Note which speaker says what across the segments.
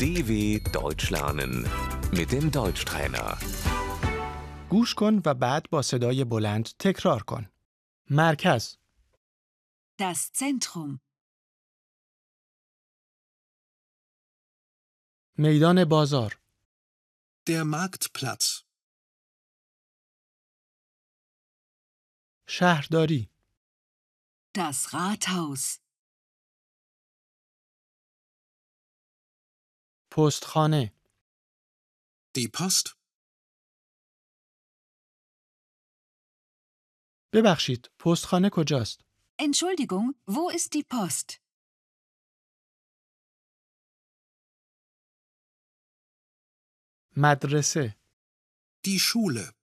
Speaker 1: DW Deutsch lernen mit dem Deutschtrainer.
Speaker 2: گوش کن و بعد با صدای بلند تکرار کن. مرکز،
Speaker 3: Das Zentrum.
Speaker 2: میدان بازار،
Speaker 4: Der Marktplatz.
Speaker 2: شهرداری،
Speaker 3: Das Rathaus.
Speaker 2: پستخانه،
Speaker 4: Die Post.
Speaker 2: ببخشید، پستخانه کجاست؟
Speaker 3: Entschuldigung, wo ist die Post?
Speaker 2: مدرسه،
Speaker 4: Die Schule.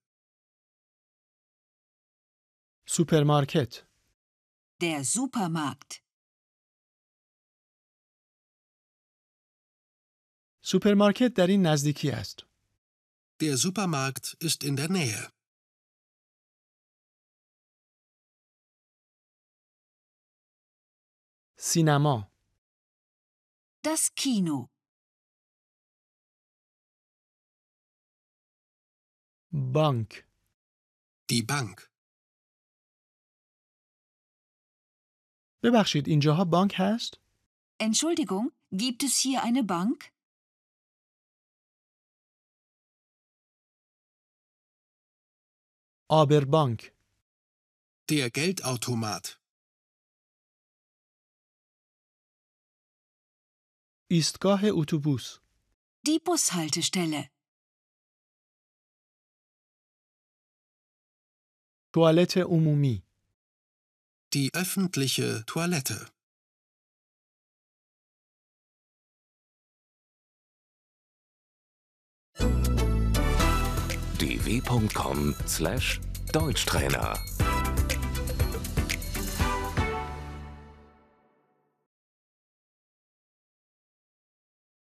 Speaker 2: سوپرمارکت،
Speaker 3: Der Supermarkt.
Speaker 2: سوپرمارکت در این نزدیکی است.
Speaker 4: Der Supermarkt ist in der Nähe.
Speaker 2: سینما،
Speaker 3: Das Kino.
Speaker 2: بانک،
Speaker 4: Die Bank.
Speaker 2: ببخشید اینجاها بانک هست؟
Speaker 3: Entschuldigung, gibt es hier eine Bank?
Speaker 2: آبر بانک،
Speaker 4: Der Geldautomat.
Speaker 2: ایستگاه اتوبوس،
Speaker 3: Die Bushaltestelle.
Speaker 2: توالت عمومی،
Speaker 4: Die öffentliche Toilette.
Speaker 1: dw.com/deutschtrainer